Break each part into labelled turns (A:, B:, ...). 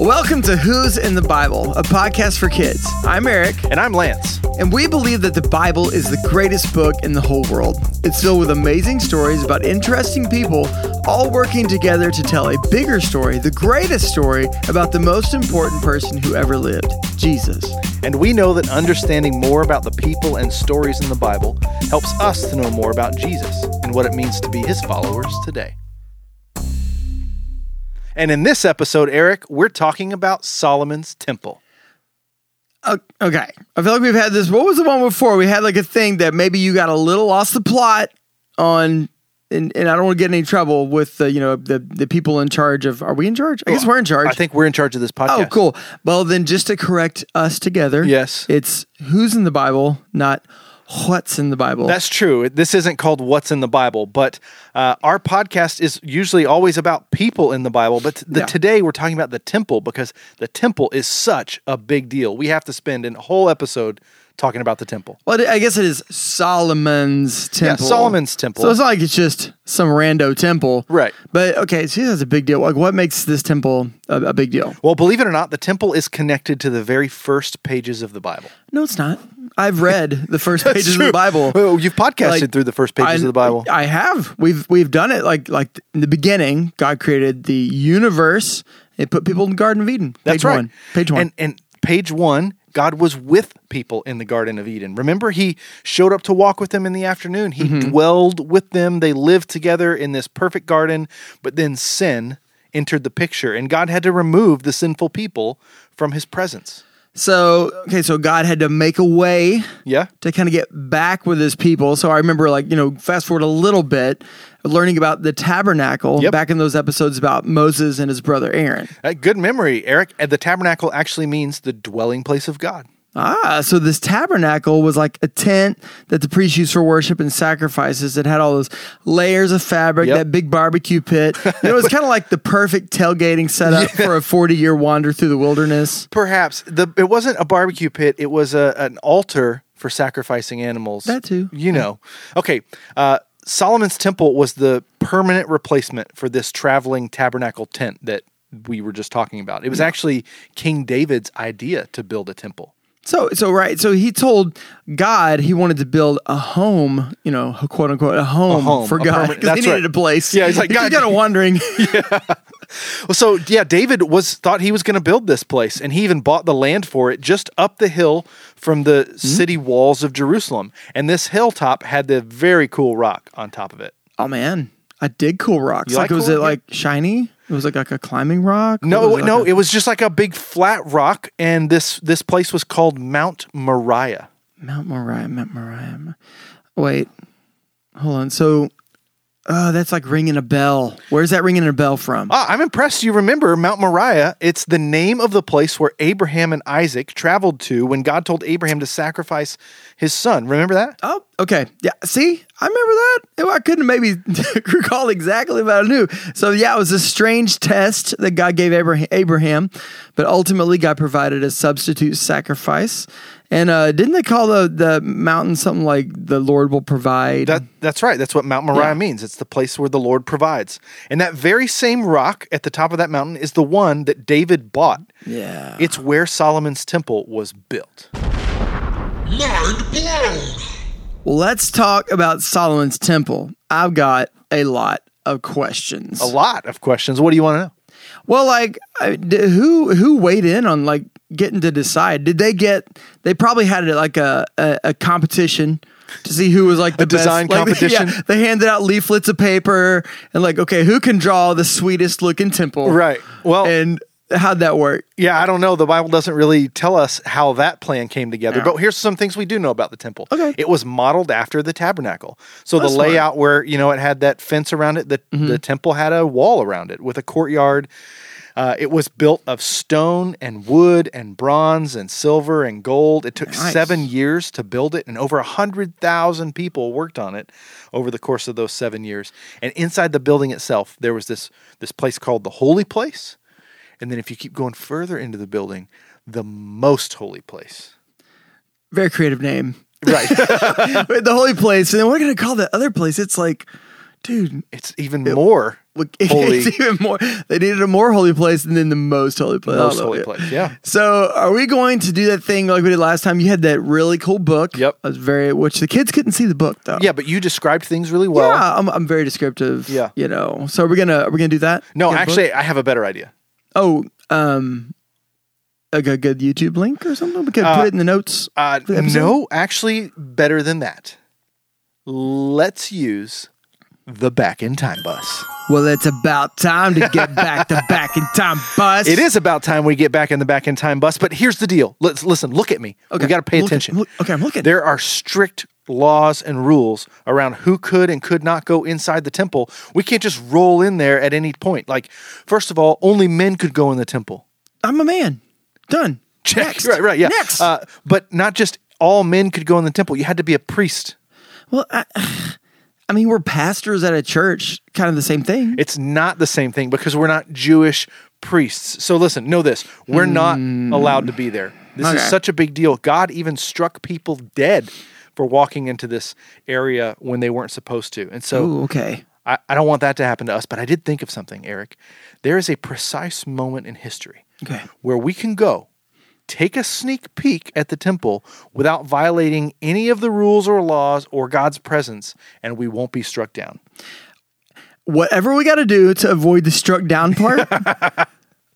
A: Welcome to Who's in the Bible, a podcast for kids. I'm Eric,
B: And I'm Lance.
A: and we believe that the Bible is the greatest book in the whole world. It's filled with amazing stories about interesting people all working together to tell a bigger story, the greatest story about the most important person who ever lived, Jesus.
B: And we know that understanding more about the people and stories in the Bible helps us to know more about Jesus and what it means to be his followers today. And in this episode, Eric, we're talking about Solomon's temple.
A: O- Okay, I feel like we've had this. What was the one before? We had like a thing that maybe you got a little lost the plot on, and, and I don't want to get in any trouble with the you know the the people in charge of. Are we in charge? I guess we're in charge.
B: I think we're in charge of this
A: Oh,
B: podcast.
A: cool. Well, then just to correct us together.
B: Yes.
A: It's who's in the Bible, not what's in the Bible.
B: That's true. This isn't called What's in the Bible, but uh, our podcast is usually always about people in the Bible. But t- the,
A: Yeah.
B: today we're talking about the temple because the temple is such a big deal. We have to spend a whole episode talking about the temple.
A: well, I guess it is Solomon's temple.
B: Solomon's temple.
A: So it's not like it's just some rando temple.
B: Right.
A: But okay, so that's a big deal. Like, what makes this temple a, a big deal?
B: Well, believe it or not, the temple is connected to the very first pages of the Bible.
A: No, it's not. I've read the first pages of
B: true.
A: the Bible.
B: Well, you've podcasted
A: Like,
B: through the first pages
A: I-
B: of the Bible.
A: I have. We've we've done it. Like like in the beginning, God created the universe. It put people in the Garden of Eden.
B: That's
A: page
B: right.
A: One. Page one.
B: And, and page one, God was with people in the Garden of Eden. Remember, He showed up to walk with them in the afternoon. He
A: Mm-hmm.
B: dwelled with them. They lived together in this perfect garden. But then sin entered the picture, and God had to remove the sinful people from His presence.
A: So okay, so God had to make a way
B: Yeah.
A: to kind of get back with his people. So I remember, like you know, fast forward a little bit, learning about the tabernacle
B: Yep.
A: back in those episodes about Moses and his brother Aaron.
B: Uh, good memory, Eric. And the tabernacle actually means the dwelling place of God.
A: Ah, so this tabernacle was like a tent that the priests used for worship and sacrifices. It had all those layers of fabric,
B: Yep.
A: that big barbecue pit. You know, it was kind of like the perfect tailgating setup for a forty-year wander through the wilderness.
B: Perhaps the it wasn't a barbecue pit; it was a, an altar for sacrificing animals.
A: That too.
B: you know. Okay, uh, Solomon's temple was the permanent replacement for this traveling tabernacle tent that we were just talking about. It was actually King David's idea to build a temple.
A: So, so right. So he told God he wanted to build a home, you know, quote unquote, a home,
B: home,
A: for
B: a
A: God.
B: permanent-
A: 'cause
B: that's
A: he needed
B: right.
A: a place.
B: Yeah, he's like,
A: he
B: "God,
A: kind of wandering.
B: Well, so yeah, David was thought he was going to build this place, and he even bought the land for it just up the hill from the
A: Hmm?
B: city walls of Jerusalem. And this hilltop had the very cool rock on top of it.
A: oh man, I did cool rocks.
B: You
A: like,
B: like
A: was
B: cool-
A: it like shiny? It was like like a climbing rock. Or
B: No,
A: was it like
B: no,
A: a-
B: it was just like a big flat rock, and this this place was called Mount Moriah.
A: Mount Moriah, Mount Moriah. Mo- Wait, hold on. So, oh, that's like ringing a bell. Where's that ringing a bell from?
B: Ah, I'm impressed you remember Mount Moriah. It's the name of the place where Abraham and Isaac traveled to when God told Abraham to sacrifice his son. Remember that?
A: Oh, okay. Yeah. See, I remember that. Oh, I couldn't maybe recall exactly, but I knew. So, yeah, it was a strange test that God gave Abraham, Abraham but ultimately God provided a substitute sacrifice. And uh, didn't they call the, the mountain something like the Lord will provide?
B: That that's right. That's what Mount Moriah
A: Yeah.
B: means. It's the place where the Lord provides. And that very same rock at the top of that mountain is the one that David bought.
A: yeah.
B: It's where Solomon's temple was built.
C: Mind blown!
A: Well, let's talk about Solomon's temple. I've got a lot of questions.
B: A lot of questions. What do you want to know?
A: Well, like I- d- who who weighed in on like getting to decide? Did they get? They probably had it like a a, a competition to see who was like the
B: design
A: best. Like, yeah,
B: competition?
A: they handed out leaflets of paper and like, okay, who can draw the sweetest looking temple?
B: Right. Well,
A: And how'd that work?
B: yeah, I don't know. The Bible doesn't really tell us how that plan came together, but here's some things we do know about the temple.
A: Okay.
B: It was modeled after the tabernacle. So
A: That's
B: the
A: smart. Mm-hmm.
B: layout where, you know, it had that fence around it, the, the temple had a wall around it with a courtyard. Uh, it was built of stone and wood and bronze and silver and gold. It took
A: Nice.
B: seven years to build it, and over 100,000 people worked on it over the course of those seven years. And inside the building itself, there was this, this place called the Holy Place. And then if you keep going further into the building, the most holy place.
A: Very creative name.
B: Right.
A: Wait, the holy place, and then we're gonna call the other place. It's like dude.
B: It's even more
A: Look,
B: holy.
A: it's even more. They needed a more holy place and then the most holy place. Oh,
B: Most
A: I love
B: holy
A: it.
B: place, yeah.
A: So, are we going to do that thing like we did last time? You had that really cool book.
B: Yep.
A: I was very, which the kids couldn't see the book though.
B: yeah, but you described things really well.
A: yeah, I'm, I'm very descriptive.
B: Yeah.
A: You know. So, are we gonna are we gonna do that?
B: No,
A: Get a book?
B: actually, I have a better idea.
A: Oh, um, a good, good YouTube link or something. We could put it in the notes.
B: Uh,
A: for the episode?
B: no, actually, better than that. Let's use the back in time bus.
A: Well, it's about time to get back to back in time bus.
B: It is about time we get back in the back in time bus. But here's the deal. Let's listen. Look at me. We got to pay
A: Look at-
B: attention.
A: look- okay, I'm looking.
B: There are strict laws and rules around who could and could not go inside the temple. We can't just roll in there at any point. Like, first of all, only men could go in the temple.
A: I'm a man. Done.
B: Check.
A: Next.
B: Right. Right. Yeah.
A: Next.
B: Uh, but not just all men could go in the temple. You had to be a priest.
A: Well, I, I mean, we're pastors at a church, kind of the same thing.
B: It's not the same thing because we're not Jewish priests. So listen, know this. We're not allowed to be there. This is
A: Mm. Okay.
B: such a big deal. God even struck people dead for walking into this area when they weren't supposed to. And so
A: Ooh, Oh, okay.
B: I, I don't want that to happen to us, but I did think of something, Eric. There is a precise moment in history
A: Okay.
B: where we can go take a sneak peek at the temple without violating any of the rules or laws or God's presence, and we won't be struck down.
A: Whatever we got to do to avoid the struck down part.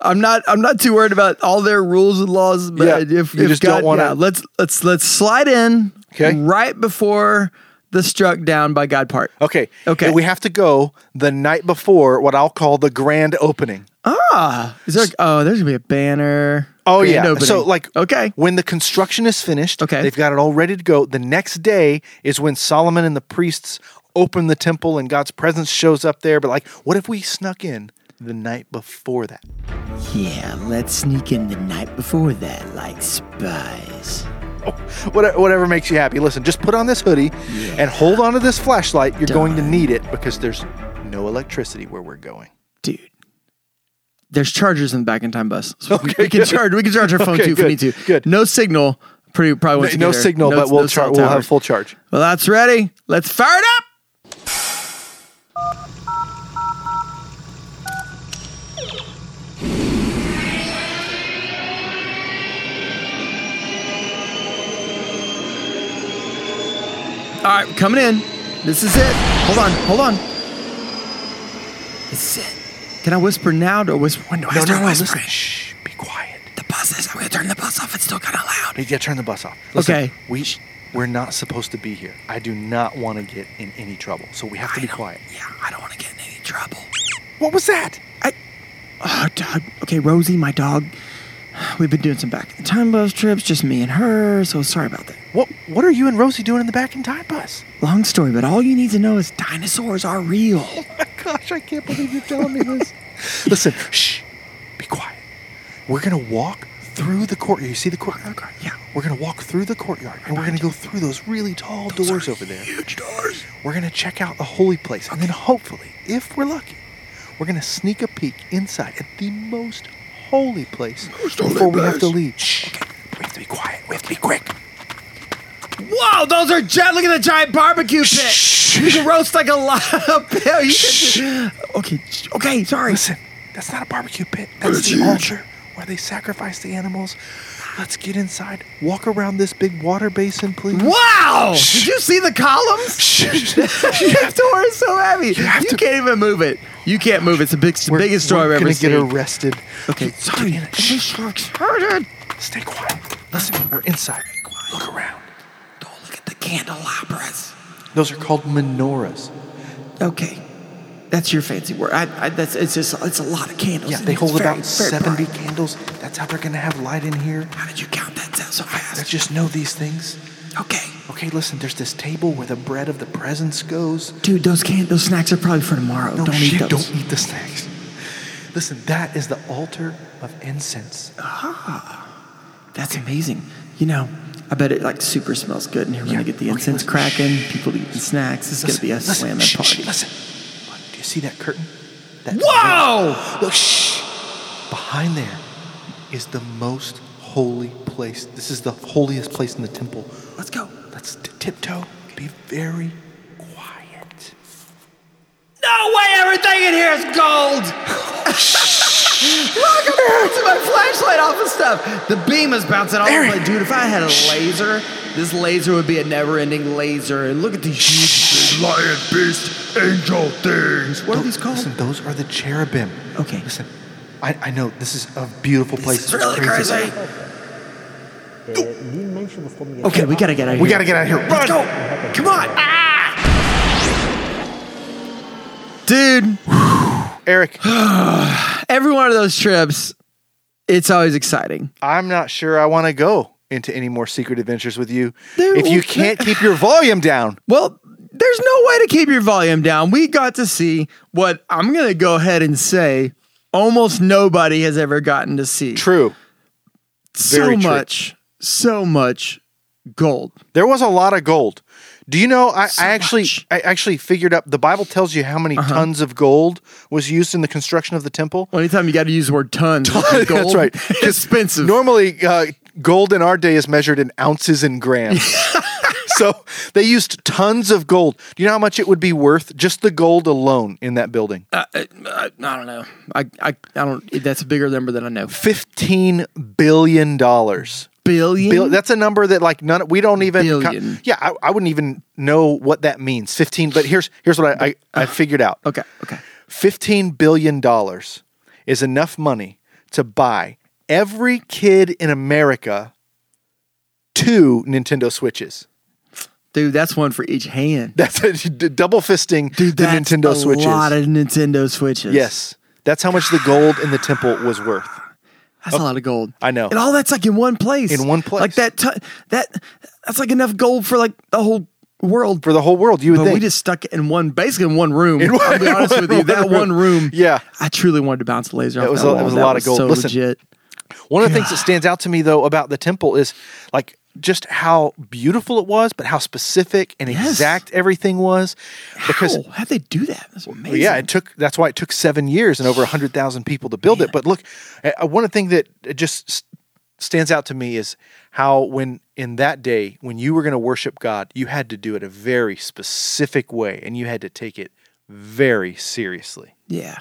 A: I'm not. I'm not too worried about all their rules and laws. But
B: Yeah,
A: if,
B: you
A: if
B: just
A: God,
B: don't wanna-
A: yeah, let's let's let's slide in.
B: 'Kay.
A: Right before the struck down by God part.
B: Okay.
A: Okay.
B: And we have to go the night before what I'll call the grand opening.
A: Ah, is there? Oh, there's gonna be a banner.
B: Oh
A: grand
B: yeah.
A: opening.
B: So like
A: okay.
B: when the construction is finished,
A: Okay.
B: they've got it all ready to go. The next day is when Solomon and the priests open the temple and God's presence shows up there. But like, what if we snuck in the night before that?
A: Yeah, let's sneak in the night before that, like spies.
B: What- Whatever makes you happy. Listen, just put on this hoodie and hold on to this flashlight. You're going to need it because there's no electricity where we're going.
A: dude. There's chargers in the back in time bus. So we- we can charge. We can charge our phone
B: Okay,
A: too if we need
B: good,
A: to.
B: good.
A: No signal. Pretty probably won't
B: No
A: get there.
B: signal, but we'll,
A: cell
B: char- we'll
A: tower.
B: have full charge.
A: Well, that's ready. Let's fire it up. All right, coming in. This is it. Hold on, hold on. This is it. Can I whisper now or whisper? When do I start
B: listen.
A: whispering?
B: Shh, be quiet.
A: The bus is. I'm gonna turn the bus off. It's still kind of loud.
B: Yeah, turn the bus off.
A: Okay.
B: We we're not supposed to be here. I do not want to get in any trouble, so we have to be quiet.
A: Yeah, I don't want to get in any trouble.
B: What was that?
A: Oh, dog. Okay, Rosie, my dog. We've been doing some back in time bus trips, just me and her. So sorry about that.
B: What What are you and Rosie doing in the back in time bus?
A: Long story, but all you need to know is dinosaurs are real.
B: Oh My gosh, I can't believe you're telling me this. Listen, shh, be quiet. We're gonna walk through the courtyard. You see the courtyard?
A: yeah.
B: We're gonna walk through the courtyard, and we're gonna go through those really tall doors over there.
A: Huge doors.
B: We're gonna check out the holy place, and then hopefully, if we're lucky, we're gonna sneak a peek inside at the most holy place before we have to leave. Shh. We have to be quiet. We have to be quick.
A: Whoa, those are giant. Look at the giant barbecue pit. You can roast like a lot of pale. You can, okay, sh- okay, sorry.
B: Listen, that's not a barbecue pit. That's the altar where they sacrifice the animals. Let's get inside. Walk around this big water basin, please.
A: Wow! Did you see the columns?
B: Shh.
A: that door is so heavy. You,
B: have to-
A: can't even move it. You can't move it. It's the big, it's the
B: We're-
A: biggest story
B: we're
A: I've ever
B: gonna
A: seen.
B: get arrested.
A: Okay,
B: Get
A: sorry.
B: in it.
A: This
B: Shh.
A: is exciting.
B: Stay quiet. Listen, we're inside. Look around.
A: Don't look at the candelabras.
B: Those are called menorahs.
A: Okay, that's your fancy word. I, I, that's it's just it's a lot of candles.
B: Yeah,
A: and
B: they
A: it's
B: hold
A: very,
B: about
A: very
B: 70
A: bright.
B: candles. That's how they're going to have light in here.
A: How did you count that down so
B: They
A: fast?
B: just know these things.
A: Okay,
B: Okay, listen, there's this table where the bread of the presence goes.
A: dude, those can those snacks are probably for tomorrow.
B: No,
A: don't
B: shit,
A: eat those.
B: don't eat the snacks. Listen, that is the altar of incense.
A: That's amazing. You know, I bet it like super smells good in here when
B: Yeah,
A: they get the
B: okay,
A: incense
B: listen,
A: cracking, people eating snacks. This is gonna be a
B: listen,
A: slam
B: shh,
A: party.
B: shh, listen. Look, do you see that curtain? That
A: Whoa!
B: Look, shh. Behind there is the most holy place. This is the holiest place in the temple.
A: Let's go.
B: Let's t- tiptoe. Be very quiet.
A: Everything in here is gold. Look, I'm bouncing my flashlight off and stuff. The beam is bouncing off. I'm like, dude, if I had a laser, this laser would be a never-ending laser. And look at these huge big lion beast angel things. What are these called?
B: Listen, those are the cherubim.
A: Okay.
B: Listen, I, I know this is a beautiful place.
A: It's really crazy.
B: Uh,
D: die Menschen bekommen jetzt
A: Okay, we gotta get out of
B: We
A: here.
B: gotta get out of here.
A: Let's
B: Run!
A: go. Come on. Ah! Dude,
B: Eric,
A: every one of those trips, it's always exciting.
B: I'm not sure I want to go into any more secret adventures with you
A: Dude,
B: if you
A: well,
B: can't keep your volume down.
A: Well, there's no way to keep your volume down. We got to see what I'm going to go ahead and say almost nobody has ever gotten to see.
B: True.
A: so
B: very true.
A: much, so much gold.
B: There was a lot of gold. Do you know? I, I actually,
A: much. Uh-huh.
B: I actually figured up. The Bible tells you how many tons of gold was used in the construction of the temple.
A: Well, anytime you got to use the word tons, gold,
B: That's right.
A: it's expensive.
B: Normally, uh, gold in our day is measured in ounces and grams. so they used tons of gold. Do you know how much it would be worth just the gold alone in that building?
A: Uh, I, I don't know. I, I, I don't. That's a bigger number than I know.
B: Fifteen billion dollars.
A: Billion.
B: Bill, that's a number that like none. We don't even. co-
A: Billion.
B: yeah, I, I wouldn't even know what that means. Fifteen. But here's here's what I I, I figured out.
A: okay. Okay.
B: $15 billion is enough money to buy every kid in America two Nintendo Switches.
A: Dude, that's one for each hand.
B: That's a d- double fisting
A: Dude,
B: the
A: that's
B: Nintendo
A: a
B: Switches.
A: lot of Nintendo Switches.
B: yes. That's how much the gold in the temple was worth.
A: that's
B: Oh.
A: a lot of gold.
B: I know.
A: and all that's like in one place.
B: In one place.
A: like that. T- that that's like enough gold for like the whole world.
B: For the whole world, you would
A: but
B: think.
A: we just stuck it in one, basically in one room.
B: In
A: I'll
B: one-
A: be honest
B: in
A: with you,
B: one
A: that
B: room.
A: one room.
B: Yeah.
A: I truly wanted to bounce a laser. off
B: was
A: that
B: a- it
A: wall.
B: was a
A: That
B: lot of gold.
A: So
B: Listen.
A: legit.
B: One of the things that stands out to me though about the temple is like just how beautiful it was, but how specific and
A: Yes.
B: exact everything was. Because
A: How? How'd they do that? That's amazing.
B: Well, yeah, it took. That's why it took seven years and over hundred thousand people to build it. But look, uh, uh, one thing that uh, just s- stands out to me is how when in that day when you were going to worship God, you had to do it a very specific way, and you had to take it very seriously.
A: yeah.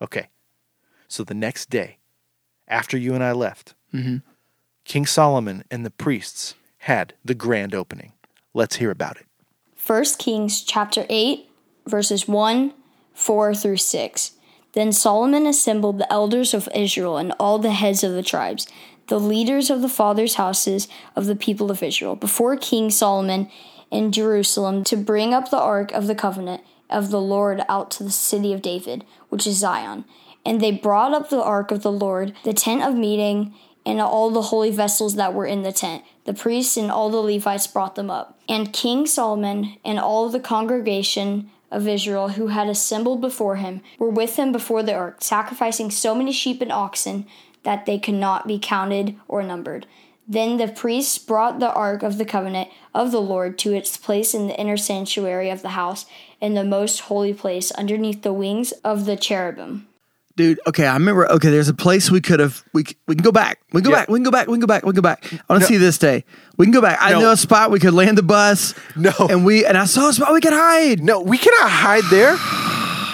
B: Okay, so the next day, after you and I left, King Solomon and the priests had the grand opening. Let's hear about it.
E: 1 Kings chapter 8, verses 1, 4 through 6. Then Solomon assembled the elders of Israel and all the heads of the tribes, the leaders of the fathers' houses of the people of Israel, before King Solomon in Jerusalem to bring up the ark of the covenant of the Lord out to the city of David, which is Zion. And they brought up the ark of the Lord, the tent of meeting, and all the holy vessels that were in the tent. The priests and all the Levites brought them up. And King Solomon and all the congregation of Israel who had assembled before him were with him before the ark, sacrificing so many sheep and oxen that they could not be counted or numbered. Then the priests brought the ark of the covenant of the Lord to its place in the inner sanctuary of the house, in the most holy place, underneath the wings of the cherubim.
A: Dude, okay, I remember. Okay, there's a place we could have. We c- we can go back. We can go
B: Yeah.
A: back. We can go back. We can go back. We can go back. I want to see this day. We can go back. I
B: No.
A: know a spot we could land the bus.
B: No.
A: and we and I saw a spot we could hide.
B: No, we cannot hide there.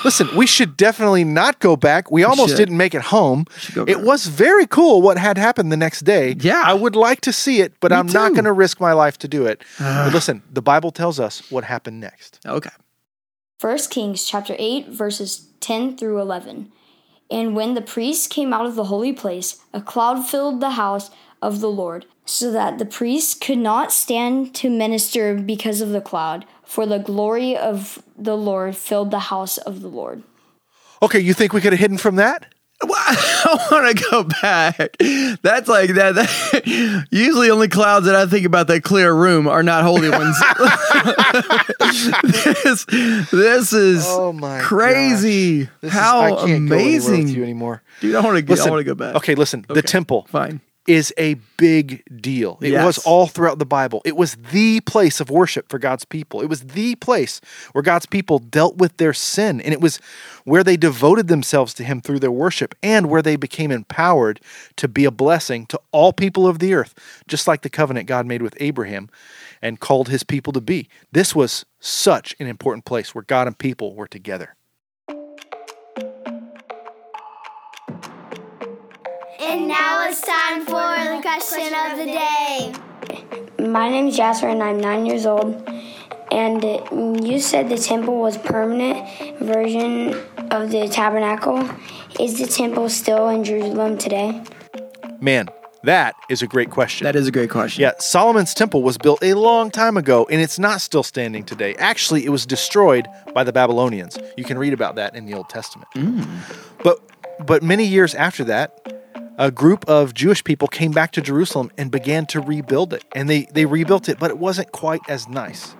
B: Listen, we should definitely not go back. We almost
A: should.
B: didn't make it home.
A: go
B: It
A: back.
B: was very cool what had happened the next day.
A: Yeah.
B: I would like to see it, but I'm not
A: too.
B: going to risk my life to do it. But listen, the Bible tells us what happened next.
A: Okay.
E: 1 Kings chapter 8 verses 10 through 11. And when the priests came out of the holy place, a cloud filled the house of the Lord, so that the priests could not stand to minister because of the cloud, for the glory of the Lord filled the house of the Lord.
B: Okay, you think we could have hidden from that?
A: Well, I want to go back. That's like that, that. Usually, only clouds that I think about that clear a room are not holy ones. this, this is
B: Oh my
A: crazy.
B: This is-
A: How
B: I can't go anywhere
A: amazing,
B: with you anymore.
A: dude! I want to. I
B: Listen,
A: want to go back.
B: Okay, listen. The temple
A: fine.
B: is a big deal. It
A: Yes.
B: was all throughout the Bible. It was the place of worship for God's people. It was the place where God's people dealt with their sin, and it was where they devoted themselves to Him through their worship, and where they became empowered to be a blessing to all people of the earth, just like the covenant God made with Abraham and called His people to be. This was such an important place where God and people were together.
D: it's time for the question of the day.
E: My name is Jasper, and I'm nine years old. And uh, you said the temple was permanent version of the tabernacle. Is the temple still in Jerusalem today?
B: Man, that is a great question.
A: That is a great question.
B: Yeah, Solomon's temple was built a long time ago and it's not still standing today. Actually, it was destroyed by the Babylonians. You can read about that in the Old Testament. But but many years after that, a group of Jewish people came back to Jerusalem and began to rebuild it. And they they rebuilt it, but it wasn't quite as nice.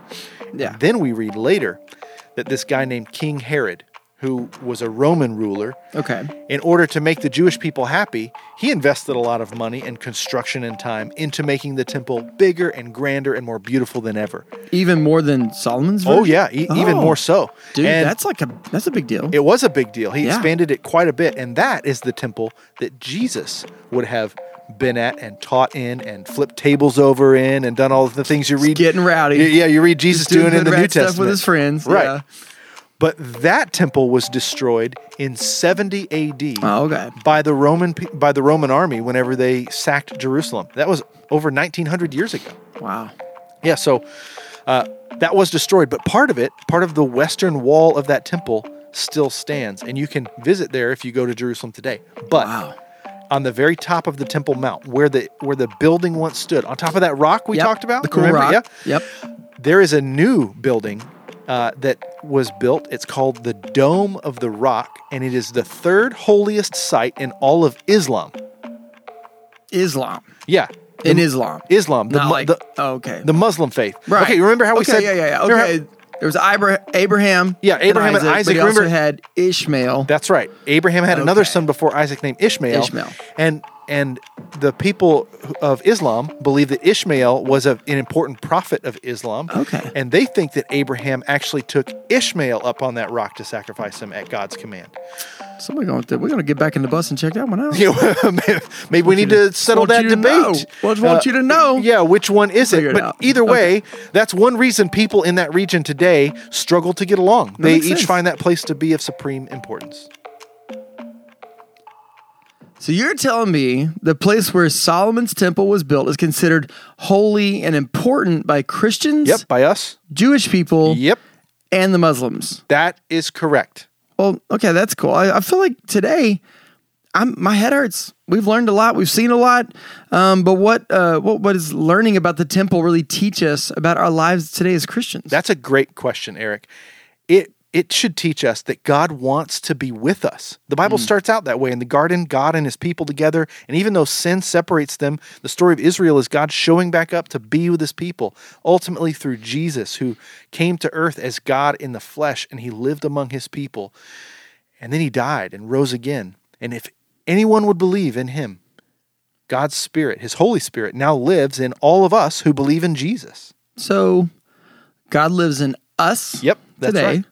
A: Yeah.
B: Then we read later that this guy named King Herod, who was a Roman ruler,
A: Okay.
B: in order to make the Jewish people happy, he invested a lot of money and construction and time into making the temple bigger and grander and more beautiful than ever.
A: Even more than Solomon's.
B: Oh
A: version?
B: yeah, e- even
A: Oh.
B: more so.
A: Dude,
B: And
A: that's like a that's a big deal.
B: it was a big deal. He
A: Yeah.
B: expanded it quite a bit, and that is the temple that Jesus would have been at and taught in and flipped tables over in and done all of the things you read.
A: getting rowdy.
B: Y- Yeah, you read Jesus
A: doing
B: doing, in
A: hood
B: the New
A: rat stuff
B: Testament
A: with his friends,
B: right?
A: yeah.
B: But that temple was destroyed in 70 A.D.
A: Oh, okay.
B: by the Roman pe- by the Roman army whenever they sacked Jerusalem. That was over 1900 years ago.
A: Wow.
B: Yeah, so uh, that was destroyed, but part of it, part of the western wall of that temple, still stands, and you can visit there if you go to Jerusalem today. But
A: Wow.
B: on the very top of the Temple Mount, where the where the building once stood, on top of that rock we
A: Yep,
B: talked about,
A: the cool
B: remember?
A: rock.
B: Yeah?
A: Yep.
B: there is a new building uh, that was built. It's called the Dome of the Rock, and it is the third holiest site in all of Islam.
A: Islam.
B: Yeah.
A: In Islam.
B: Islam, the,
A: Not
B: mu-
A: like-
B: the-
A: oh, okay.
B: the Muslim faith.
A: Right.
B: Okay, remember how we
A: Okay,
B: said?
A: Yeah, yeah, yeah.
B: remember
A: Okay.
B: how-
A: there was Abra- Abraham.
B: Yeah, Abraham and
A: Isaac,
B: Isaac,
A: But he
B: remember-
A: also had Ishmael.
B: that's right. Abraham had another
A: Okay.
B: son before Isaac named Ishmael.
A: Ishmael.
B: And and the people of Islam believe that Ishmael was a, an important prophet of Islam.
A: Okay.
B: And they think that Abraham actually took Ishmael up on that rock to sacrifice him at God's command.
A: Somebody going to we're going to get back in the bus and check that one out.
B: You know, maybe- maybe we need to settle
A: want
B: that
A: you to know.
B: debate. Uh,
A: Want- want you to know.
B: Yeah, which one is
A: Figure
B: it?
A: it
B: But
A: out.
B: either way, that's one reason people in that region today struggle to get along. they
A: makes
B: each
A: sense.
B: find that place to be of supreme importance.
A: So you're telling me the place where Solomon's temple was built is considered holy and important by Christians,
B: Yep, by us.
A: Jewish people,
B: Yep,
A: and the Muslims.
B: that is correct.
A: Well, okay, that's cool. I, I feel like today, I'm my head hurts. We've learned a lot. We've seen a lot. Um, but what uh, what what is learning about the temple really teach us about our lives today as Christians?
B: That's a great question, Eric. It it should teach us that God wants to be with us. The Bible starts out that way in the garden, God and his people together, and even though sin separates them, the story of Israel is God showing back up to be with his people, ultimately through Jesus who came to earth as God in the flesh and he lived among his people. And then he died and rose again. And if anyone would believe in him, God's spirit, his Holy Spirit now lives in all of us who believe in Jesus.
A: so God lives in us.
B: Yep, that's
A: today.
B: right.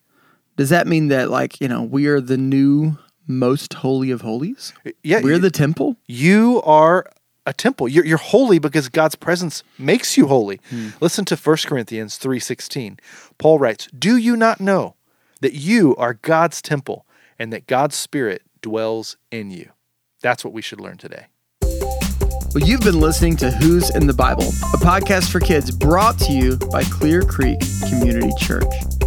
A: Does that mean that like you know we are the new most holy of holies?
B: yeah,
A: we're
B: you-
A: the temple.
B: you are a temple you're, you're holy because god's presence makes you holy listen to 1 corinthians 3.16 paul writes do you not know that you are god's temple and that god's spirit dwells in you that's what we should learn today
A: Well, you've been listening to Who's in the Bible, a podcast for kids brought to you by Clear Creek Community Church.